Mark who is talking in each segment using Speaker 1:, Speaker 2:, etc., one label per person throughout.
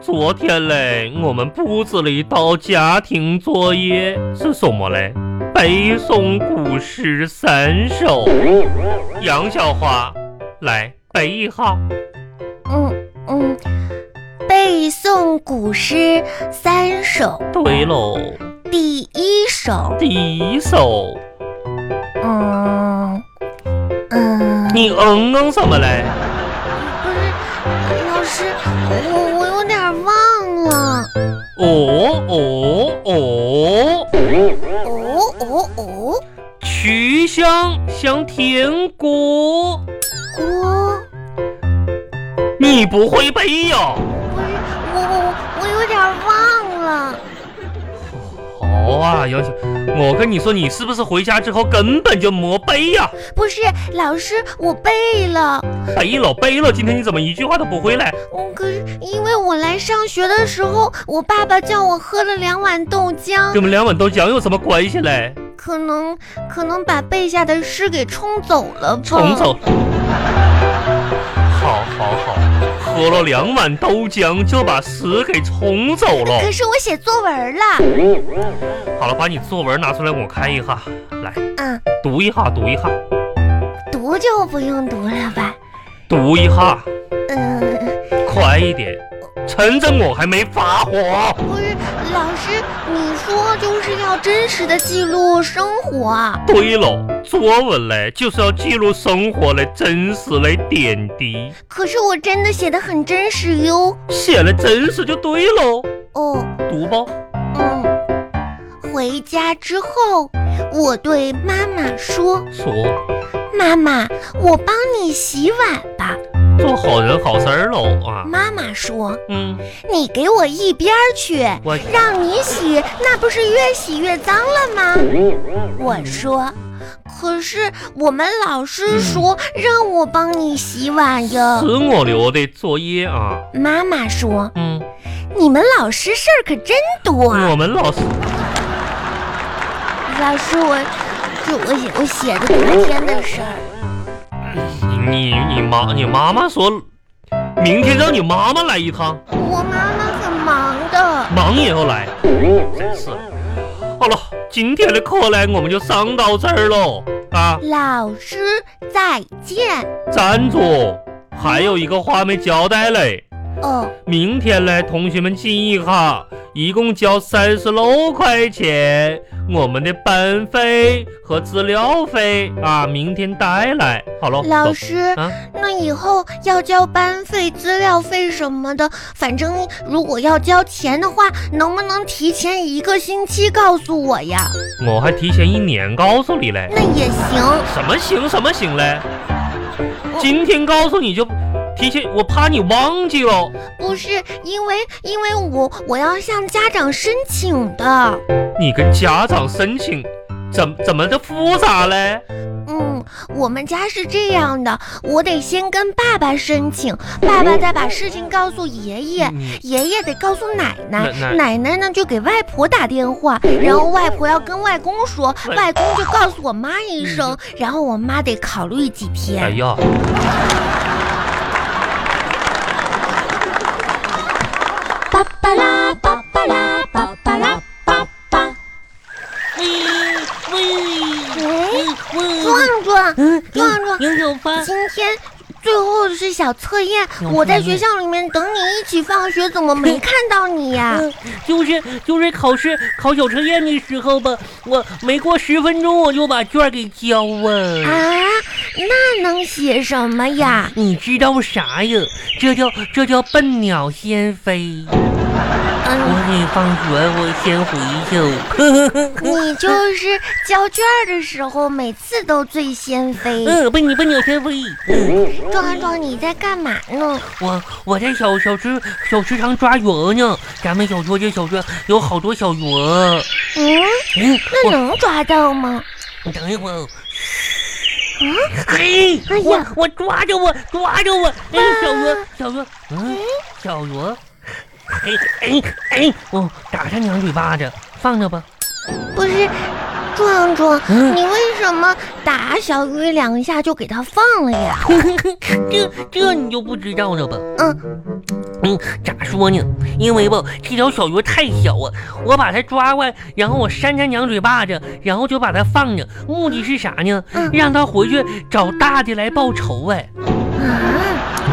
Speaker 1: 昨天嘞，我们布置了一道家庭作业，是什么嘞？背诵古诗三首。杨小花，来背一下。
Speaker 2: 嗯嗯，背诵古诗三首，
Speaker 1: 对喽，
Speaker 2: 第一首，
Speaker 1: 第一首，
Speaker 2: 嗯嗯，
Speaker 1: 你嗯嗯什么嘞？
Speaker 2: 不是，老师，我我有点忘了。
Speaker 1: 哦哦哦，
Speaker 2: 哦哦哦，
Speaker 1: 曲项向天歌。
Speaker 2: 锅，
Speaker 1: 你不会背哦呀、
Speaker 2: 不是，我我我有点忘了。
Speaker 1: 好啊，杨小，我跟你说，你是不是回家之后根本就没背啊呀、
Speaker 2: 不是，老师，我背了。
Speaker 1: 背了背了，今天你怎么一句话都不会嘞？
Speaker 2: 嗯，可是因为我来上学的时候，我爸爸叫我喝了两碗豆浆
Speaker 1: 跟我，们两碗豆浆有什么关系嘞？
Speaker 2: 可能可能把背下的诗给冲走了吧。
Speaker 1: 重走。好好好，喝了两碗豆浆就把屎给冲走了。
Speaker 2: 可是我写作文了。
Speaker 1: 好了，把你作文拿出来我看一下，来
Speaker 2: 嗯，
Speaker 1: 读一下，读一下，
Speaker 2: 读就不用读了吧。
Speaker 1: 读一下，
Speaker 2: 嗯，
Speaker 1: 快一点，趁着我还没发火。
Speaker 2: 不是，老师，你说就是要真实的记录生活啊。
Speaker 1: 对了，作文嘞就是要记录生活嘞真实嘞点滴，
Speaker 2: 可是我真的写的很真实哟。
Speaker 1: 写了真实就对喽。
Speaker 2: 哦，
Speaker 1: 读吧，
Speaker 2: 嗯，回家之后，我对妈妈说
Speaker 1: 说，：“
Speaker 2: 妈妈，我帮你洗碗吧。
Speaker 1: 做好人好事儿喽”啊。
Speaker 2: 妈妈说
Speaker 1: 嗯，：“
Speaker 2: 你给我一边儿去，
Speaker 1: 我
Speaker 2: 让你洗，那不是越洗越脏了吗？”我说：“可是我们老师说让我帮你洗碗呀
Speaker 1: 是。我留的作业啊。”
Speaker 2: 妈妈说
Speaker 1: 嗯，：“
Speaker 2: 你们老师事儿可真多啊。”
Speaker 1: 我们老师
Speaker 2: 老师，我这我写我写的昨天的事儿，
Speaker 1: 你你妈你妈妈说，明天让你妈妈来一趟，
Speaker 2: 我妈妈很忙的。
Speaker 1: 忙也要来，真是。好了，今天的课嘞我们就上到这儿喽啊，
Speaker 2: 老师再见。
Speaker 1: 站住！还有一个话没交代嘞。
Speaker 2: 哦，
Speaker 1: 明天嘞，同学们记一下，一共交三十六块钱，我们的班费和资料费啊，明天带来。好了，
Speaker 2: 老
Speaker 1: 走
Speaker 2: 师，
Speaker 1: 啊，
Speaker 2: 那以后要交班费、资料费什么的，反正如果要交钱的话，能不能提前一个星期告诉我呀？
Speaker 1: 我还提前一年告诉你嘞，
Speaker 2: 那也行。
Speaker 1: 什么行什么行嘞，今天告诉你就提前，我怕你忘记哦了。
Speaker 2: 不是因为因为我我要向家长申请的。
Speaker 1: 你跟家长申请，怎怎么的复杂嘞？
Speaker 2: 嗯，我们家是这样的，我得先跟爸爸申请，爸爸再把事情告诉爷爷，
Speaker 1: 嗯
Speaker 2: 爷爷得告诉奶奶，
Speaker 1: 奶
Speaker 2: 奶奶呢就给外婆打电话，然后外婆要跟外公说，
Speaker 1: 外
Speaker 2: 外公就告诉我妈一声，然后我妈得考虑几
Speaker 1: 哎
Speaker 2: 天。
Speaker 1: 呀，
Speaker 2: 巴巴拉巴巴拉巴巴拉巴巴，
Speaker 3: 喂喂
Speaker 2: 喂，
Speaker 3: 喂！
Speaker 2: 壮壮，
Speaker 3: 嗯，
Speaker 2: 壮壮
Speaker 3: 杨小发，
Speaker 2: 今天。最后是小测验，
Speaker 3: 有
Speaker 2: 我在
Speaker 3: 作
Speaker 2: 学
Speaker 3: 业
Speaker 2: 校里面等你一起放学，怎么没看到你呀、
Speaker 3: 嗯，就是就是考试考小测验的时候吧，我没过十分钟我就把卷儿给交啊。
Speaker 2: 啊，那能写什么呀？
Speaker 3: 你知道啥呀？这叫这叫笨鸟先飞。我
Speaker 2: 嗯，
Speaker 3: 得放学，我先回 去。
Speaker 2: 你就是交卷儿的时候，每次都最先飞。
Speaker 3: 嗯，笨鸟笨鸟先飞。
Speaker 2: 壮壮，你在干嘛呢？
Speaker 3: 我我在小小池小池塘抓鱼呢。咱们小桌这小桌有好多小鱼。
Speaker 2: 嗯，
Speaker 3: 嗯，
Speaker 2: 那
Speaker 3: 我
Speaker 2: 能抓到吗？
Speaker 3: 你等一会儿。
Speaker 2: 嗯
Speaker 3: 嘿，
Speaker 2: 啊哎呀
Speaker 3: 我我抓着我抓着我！哎，小罗小罗，嗯
Speaker 2: 嗯，
Speaker 3: 小罗，哎哎哎，我打他两嘴巴子，放着吧。
Speaker 2: 不是，壮壮，
Speaker 3: 嗯
Speaker 2: 你为什么打小鱼两下就给它放了呀？
Speaker 3: 这这你就不知道了吧？
Speaker 2: 嗯，
Speaker 3: 嗯，咋说呢？因为吧，这条小鱼太小啊，我把它抓过来，然后我扇它两嘴巴子，然后就把它放着，目的是啥呢
Speaker 2: 嗯？
Speaker 3: 让它回去找大的来报仇哎！
Speaker 2: 啊，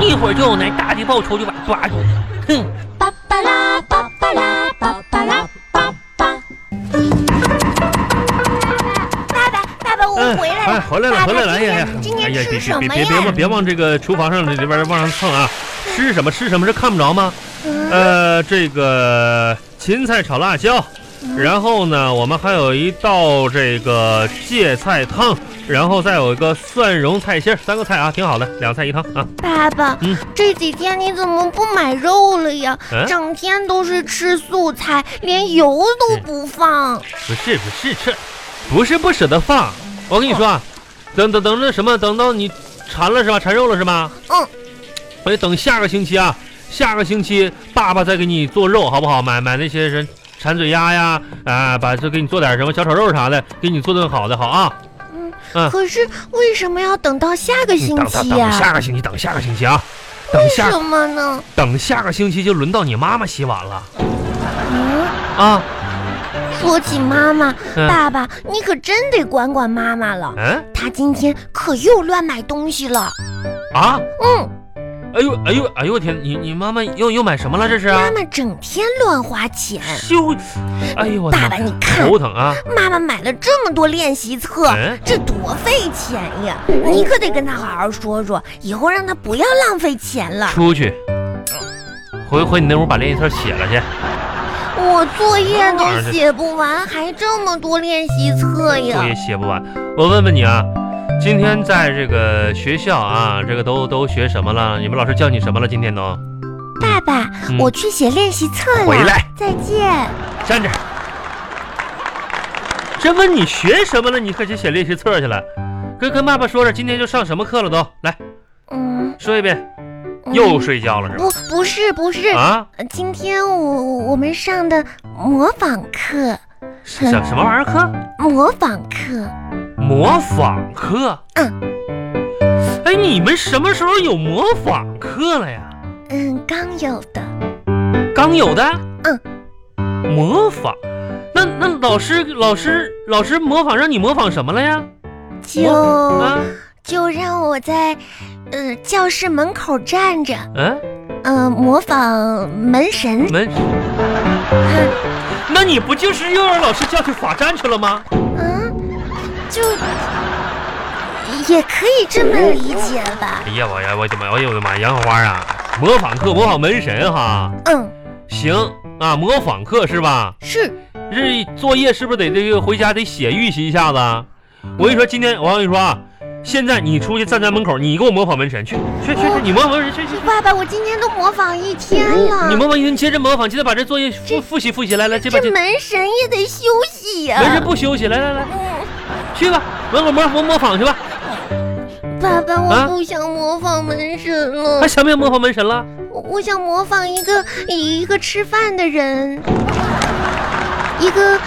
Speaker 3: 一会儿就有那大的报仇就把它抓住，哼！
Speaker 4: 巴巴拉巴巴拉巴巴拉巴巴。
Speaker 2: 爸爸，爸爸，我
Speaker 1: 哎
Speaker 2: 回来
Speaker 1: 哎，
Speaker 2: 了，
Speaker 1: 回来了，
Speaker 2: 爸
Speaker 1: 回来了！
Speaker 2: 爸，
Speaker 1: 哎
Speaker 2: 今
Speaker 1: 呀呀
Speaker 2: 天，今天
Speaker 1: 哎呀，
Speaker 2: 吃
Speaker 1: 别
Speaker 2: 什
Speaker 1: 别
Speaker 2: 么
Speaker 1: 别别往
Speaker 2: 呀？
Speaker 1: 别往这个厨房上里边往上蹭啊！吃什么吃什么？这看不着吗？
Speaker 2: 嗯
Speaker 1: 呃，这个芹菜炒辣椒，
Speaker 2: 嗯
Speaker 1: 然后呢，我们还有一道这个芥菜汤，然后再有一个蒜蓉菜心儿，三个菜啊，挺好的，两菜一汤啊。
Speaker 2: 爸爸
Speaker 1: 嗯，
Speaker 2: 这几天你怎么不买肉了呀？
Speaker 1: 嗯
Speaker 2: 整天都是吃素菜，连油都不放。
Speaker 1: 不是不是这，不是不舍得放。我跟你说
Speaker 2: 哦
Speaker 1: 啊，等等等着什么？等到你馋了是吧？馋肉了是吧？
Speaker 2: 嗯。
Speaker 1: 我得等下个星期啊，下个星期爸爸再给你做肉好不好？买买那些人馋嘴鸭呀啊，把这给你做点什么小炒肉啥的，给你做顿好的好啊。嗯
Speaker 2: 可是为什么要等到下个
Speaker 1: 你
Speaker 2: 星
Speaker 1: 等嗯等
Speaker 2: 期啊
Speaker 1: 等
Speaker 2: 呀？
Speaker 1: 下个星期，等下个星期啊，等
Speaker 2: 为
Speaker 1: 下
Speaker 2: 什么呢？
Speaker 1: 等下个星期就轮到你妈妈洗碗了
Speaker 2: 嗯，
Speaker 1: 啊。
Speaker 2: 说起妈妈，
Speaker 1: 嗯
Speaker 2: 爸爸，你可真得管管妈妈了。
Speaker 1: 嗯
Speaker 2: 她今天可又乱买东西了。
Speaker 1: 啊，
Speaker 2: 嗯，
Speaker 1: 哎呦哎呦哎呦我天，你你妈妈又又买什么了这是？啊
Speaker 2: 妈妈整天乱花钱。
Speaker 1: 就，哎呦我
Speaker 2: 爸
Speaker 1: 天
Speaker 2: 爸，，你看，
Speaker 1: 头疼啊！
Speaker 2: 妈妈买了这么多练习册
Speaker 1: 嗯，
Speaker 2: 这多费钱呀！你可得跟她好好说说，以后让她不要浪费钱了。
Speaker 1: 出去，回回你那屋把练习册写了
Speaker 2: 哎
Speaker 1: 去。
Speaker 2: 我作业都写不完，还这么多练习册
Speaker 1: 作
Speaker 2: 呀
Speaker 1: 业！写不完。我问问你啊，今天在这个学校啊，这个都都学什么了？你们老师叫你什么了？今天都
Speaker 2: 爸爸，
Speaker 1: 嗯
Speaker 2: 我去写练习册了。
Speaker 1: 回来，
Speaker 2: 再见。
Speaker 1: 站着。这问你学什么了？你可去写练习册去了。跟跟爸爸说说，今天就上什么课了都？来
Speaker 2: 嗯，
Speaker 1: 说一遍。
Speaker 2: 嗯
Speaker 1: 又睡觉了是吧？
Speaker 2: 不不是不是，
Speaker 1: 啊，
Speaker 2: 呃今天我我我们上的模仿课，
Speaker 1: 什什么玩意儿课？
Speaker 2: 模仿课。
Speaker 1: 模仿课。嗯。哎，你们什么时候有模仿课了呀？
Speaker 2: 嗯，刚有的。
Speaker 1: 刚有的。
Speaker 2: 嗯。
Speaker 1: 模仿，那那老师老师老师模仿让你模仿什么了呀？
Speaker 2: 就、
Speaker 1: 啊，
Speaker 2: 就让我在，呃，教室门口站着，
Speaker 1: 嗯，
Speaker 2: 呃，模仿门神。
Speaker 1: 门。那你不就是又让老师叫去罚站去了吗？
Speaker 2: 嗯，就也可以这么理解吧。
Speaker 1: 哎呀，我呀，我的妈，哎呦我的妈，杨小花啊，模仿课模仿门神哈，
Speaker 2: 嗯，
Speaker 1: 行啊，模仿课是吧？
Speaker 2: 是，
Speaker 1: 这作业是不是得这个回家得写预习一下子啊？我跟你说，今天我跟你说啊，现在你出去站在门口，你给我模仿门神去，去去去，你模仿门神去去去，
Speaker 2: 爸爸，我今天都模仿一天了，
Speaker 1: 你模仿一天，你接着模仿，接着把这作业复复习复习，来来，这把
Speaker 2: 这
Speaker 1: 这
Speaker 2: 门神也得休息呀、
Speaker 1: 门神不休息，来来来，
Speaker 2: 嗯
Speaker 1: 去吧，门口模仿模仿去吧，
Speaker 2: 爸爸，
Speaker 1: 啊
Speaker 2: 我不想模仿门神了，
Speaker 1: 还想不想模仿门神了？
Speaker 2: 我我想模仿一个一个吃饭的人，一个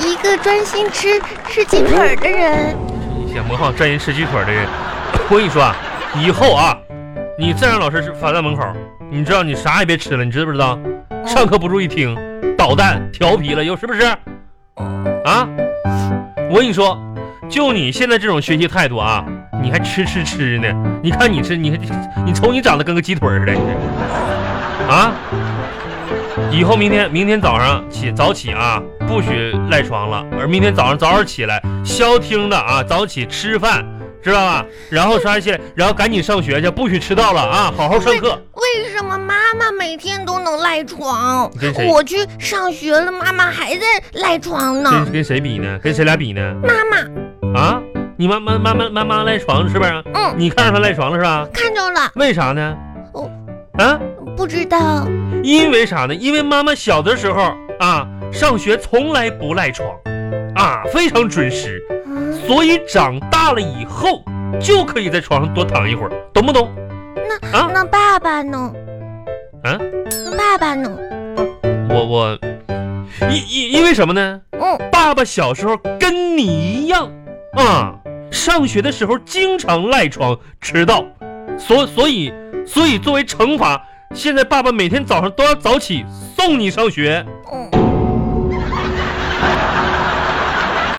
Speaker 2: 一个专心吃吃鸡腿儿的人。
Speaker 1: 你想模仿专心吃鸡腿的人， 我跟你说啊，以后啊，你再让老师罚站门口，你知道你啥也别吃了，你知不知道？上课不注意听，捣蛋调皮了又是不是？啊，我跟你说，就你现在这种学习态度啊，你还吃吃吃呢？你看你吃，你你瞅你长得跟个鸡腿似的，你这啊！以后明天明天早上起早起啊，不许赖床了，而明天早上早点起来，消停的啊，早起吃饭，知道吧？然后刷牙洗脸，然后赶紧上学去，不许迟到了啊！好好上课。
Speaker 2: 为什么妈妈每天都能赖床
Speaker 1: 你跟谁？
Speaker 2: 我去上学了，妈妈还在赖床呢。
Speaker 1: 跟跟谁比呢？跟谁俩比呢？
Speaker 2: 妈妈
Speaker 1: 啊，你妈妈妈妈妈妈赖床是不是？
Speaker 2: 嗯
Speaker 1: 你看着她赖床了是吧？
Speaker 2: 看着了，
Speaker 1: 为啥呢
Speaker 2: 哦？
Speaker 1: 啊，
Speaker 2: 不知道。
Speaker 1: 因为啥呢？因为妈妈小的时候啊，上学从来不赖床，啊，非常准时，
Speaker 2: 嗯，
Speaker 1: 所以长大了以后就可以在床上多躺一会儿，懂不懂？啊
Speaker 2: 那爸爸呢？
Speaker 1: 啊，
Speaker 2: 那爸爸呢？
Speaker 1: 我我，因因因为什么呢？
Speaker 2: 嗯，
Speaker 1: 爸爸小时候跟你一样啊，上学的时候经常赖床迟到，所所以所以作为惩罚，现在爸爸每天早上都要早起送你上学。
Speaker 2: 嗯。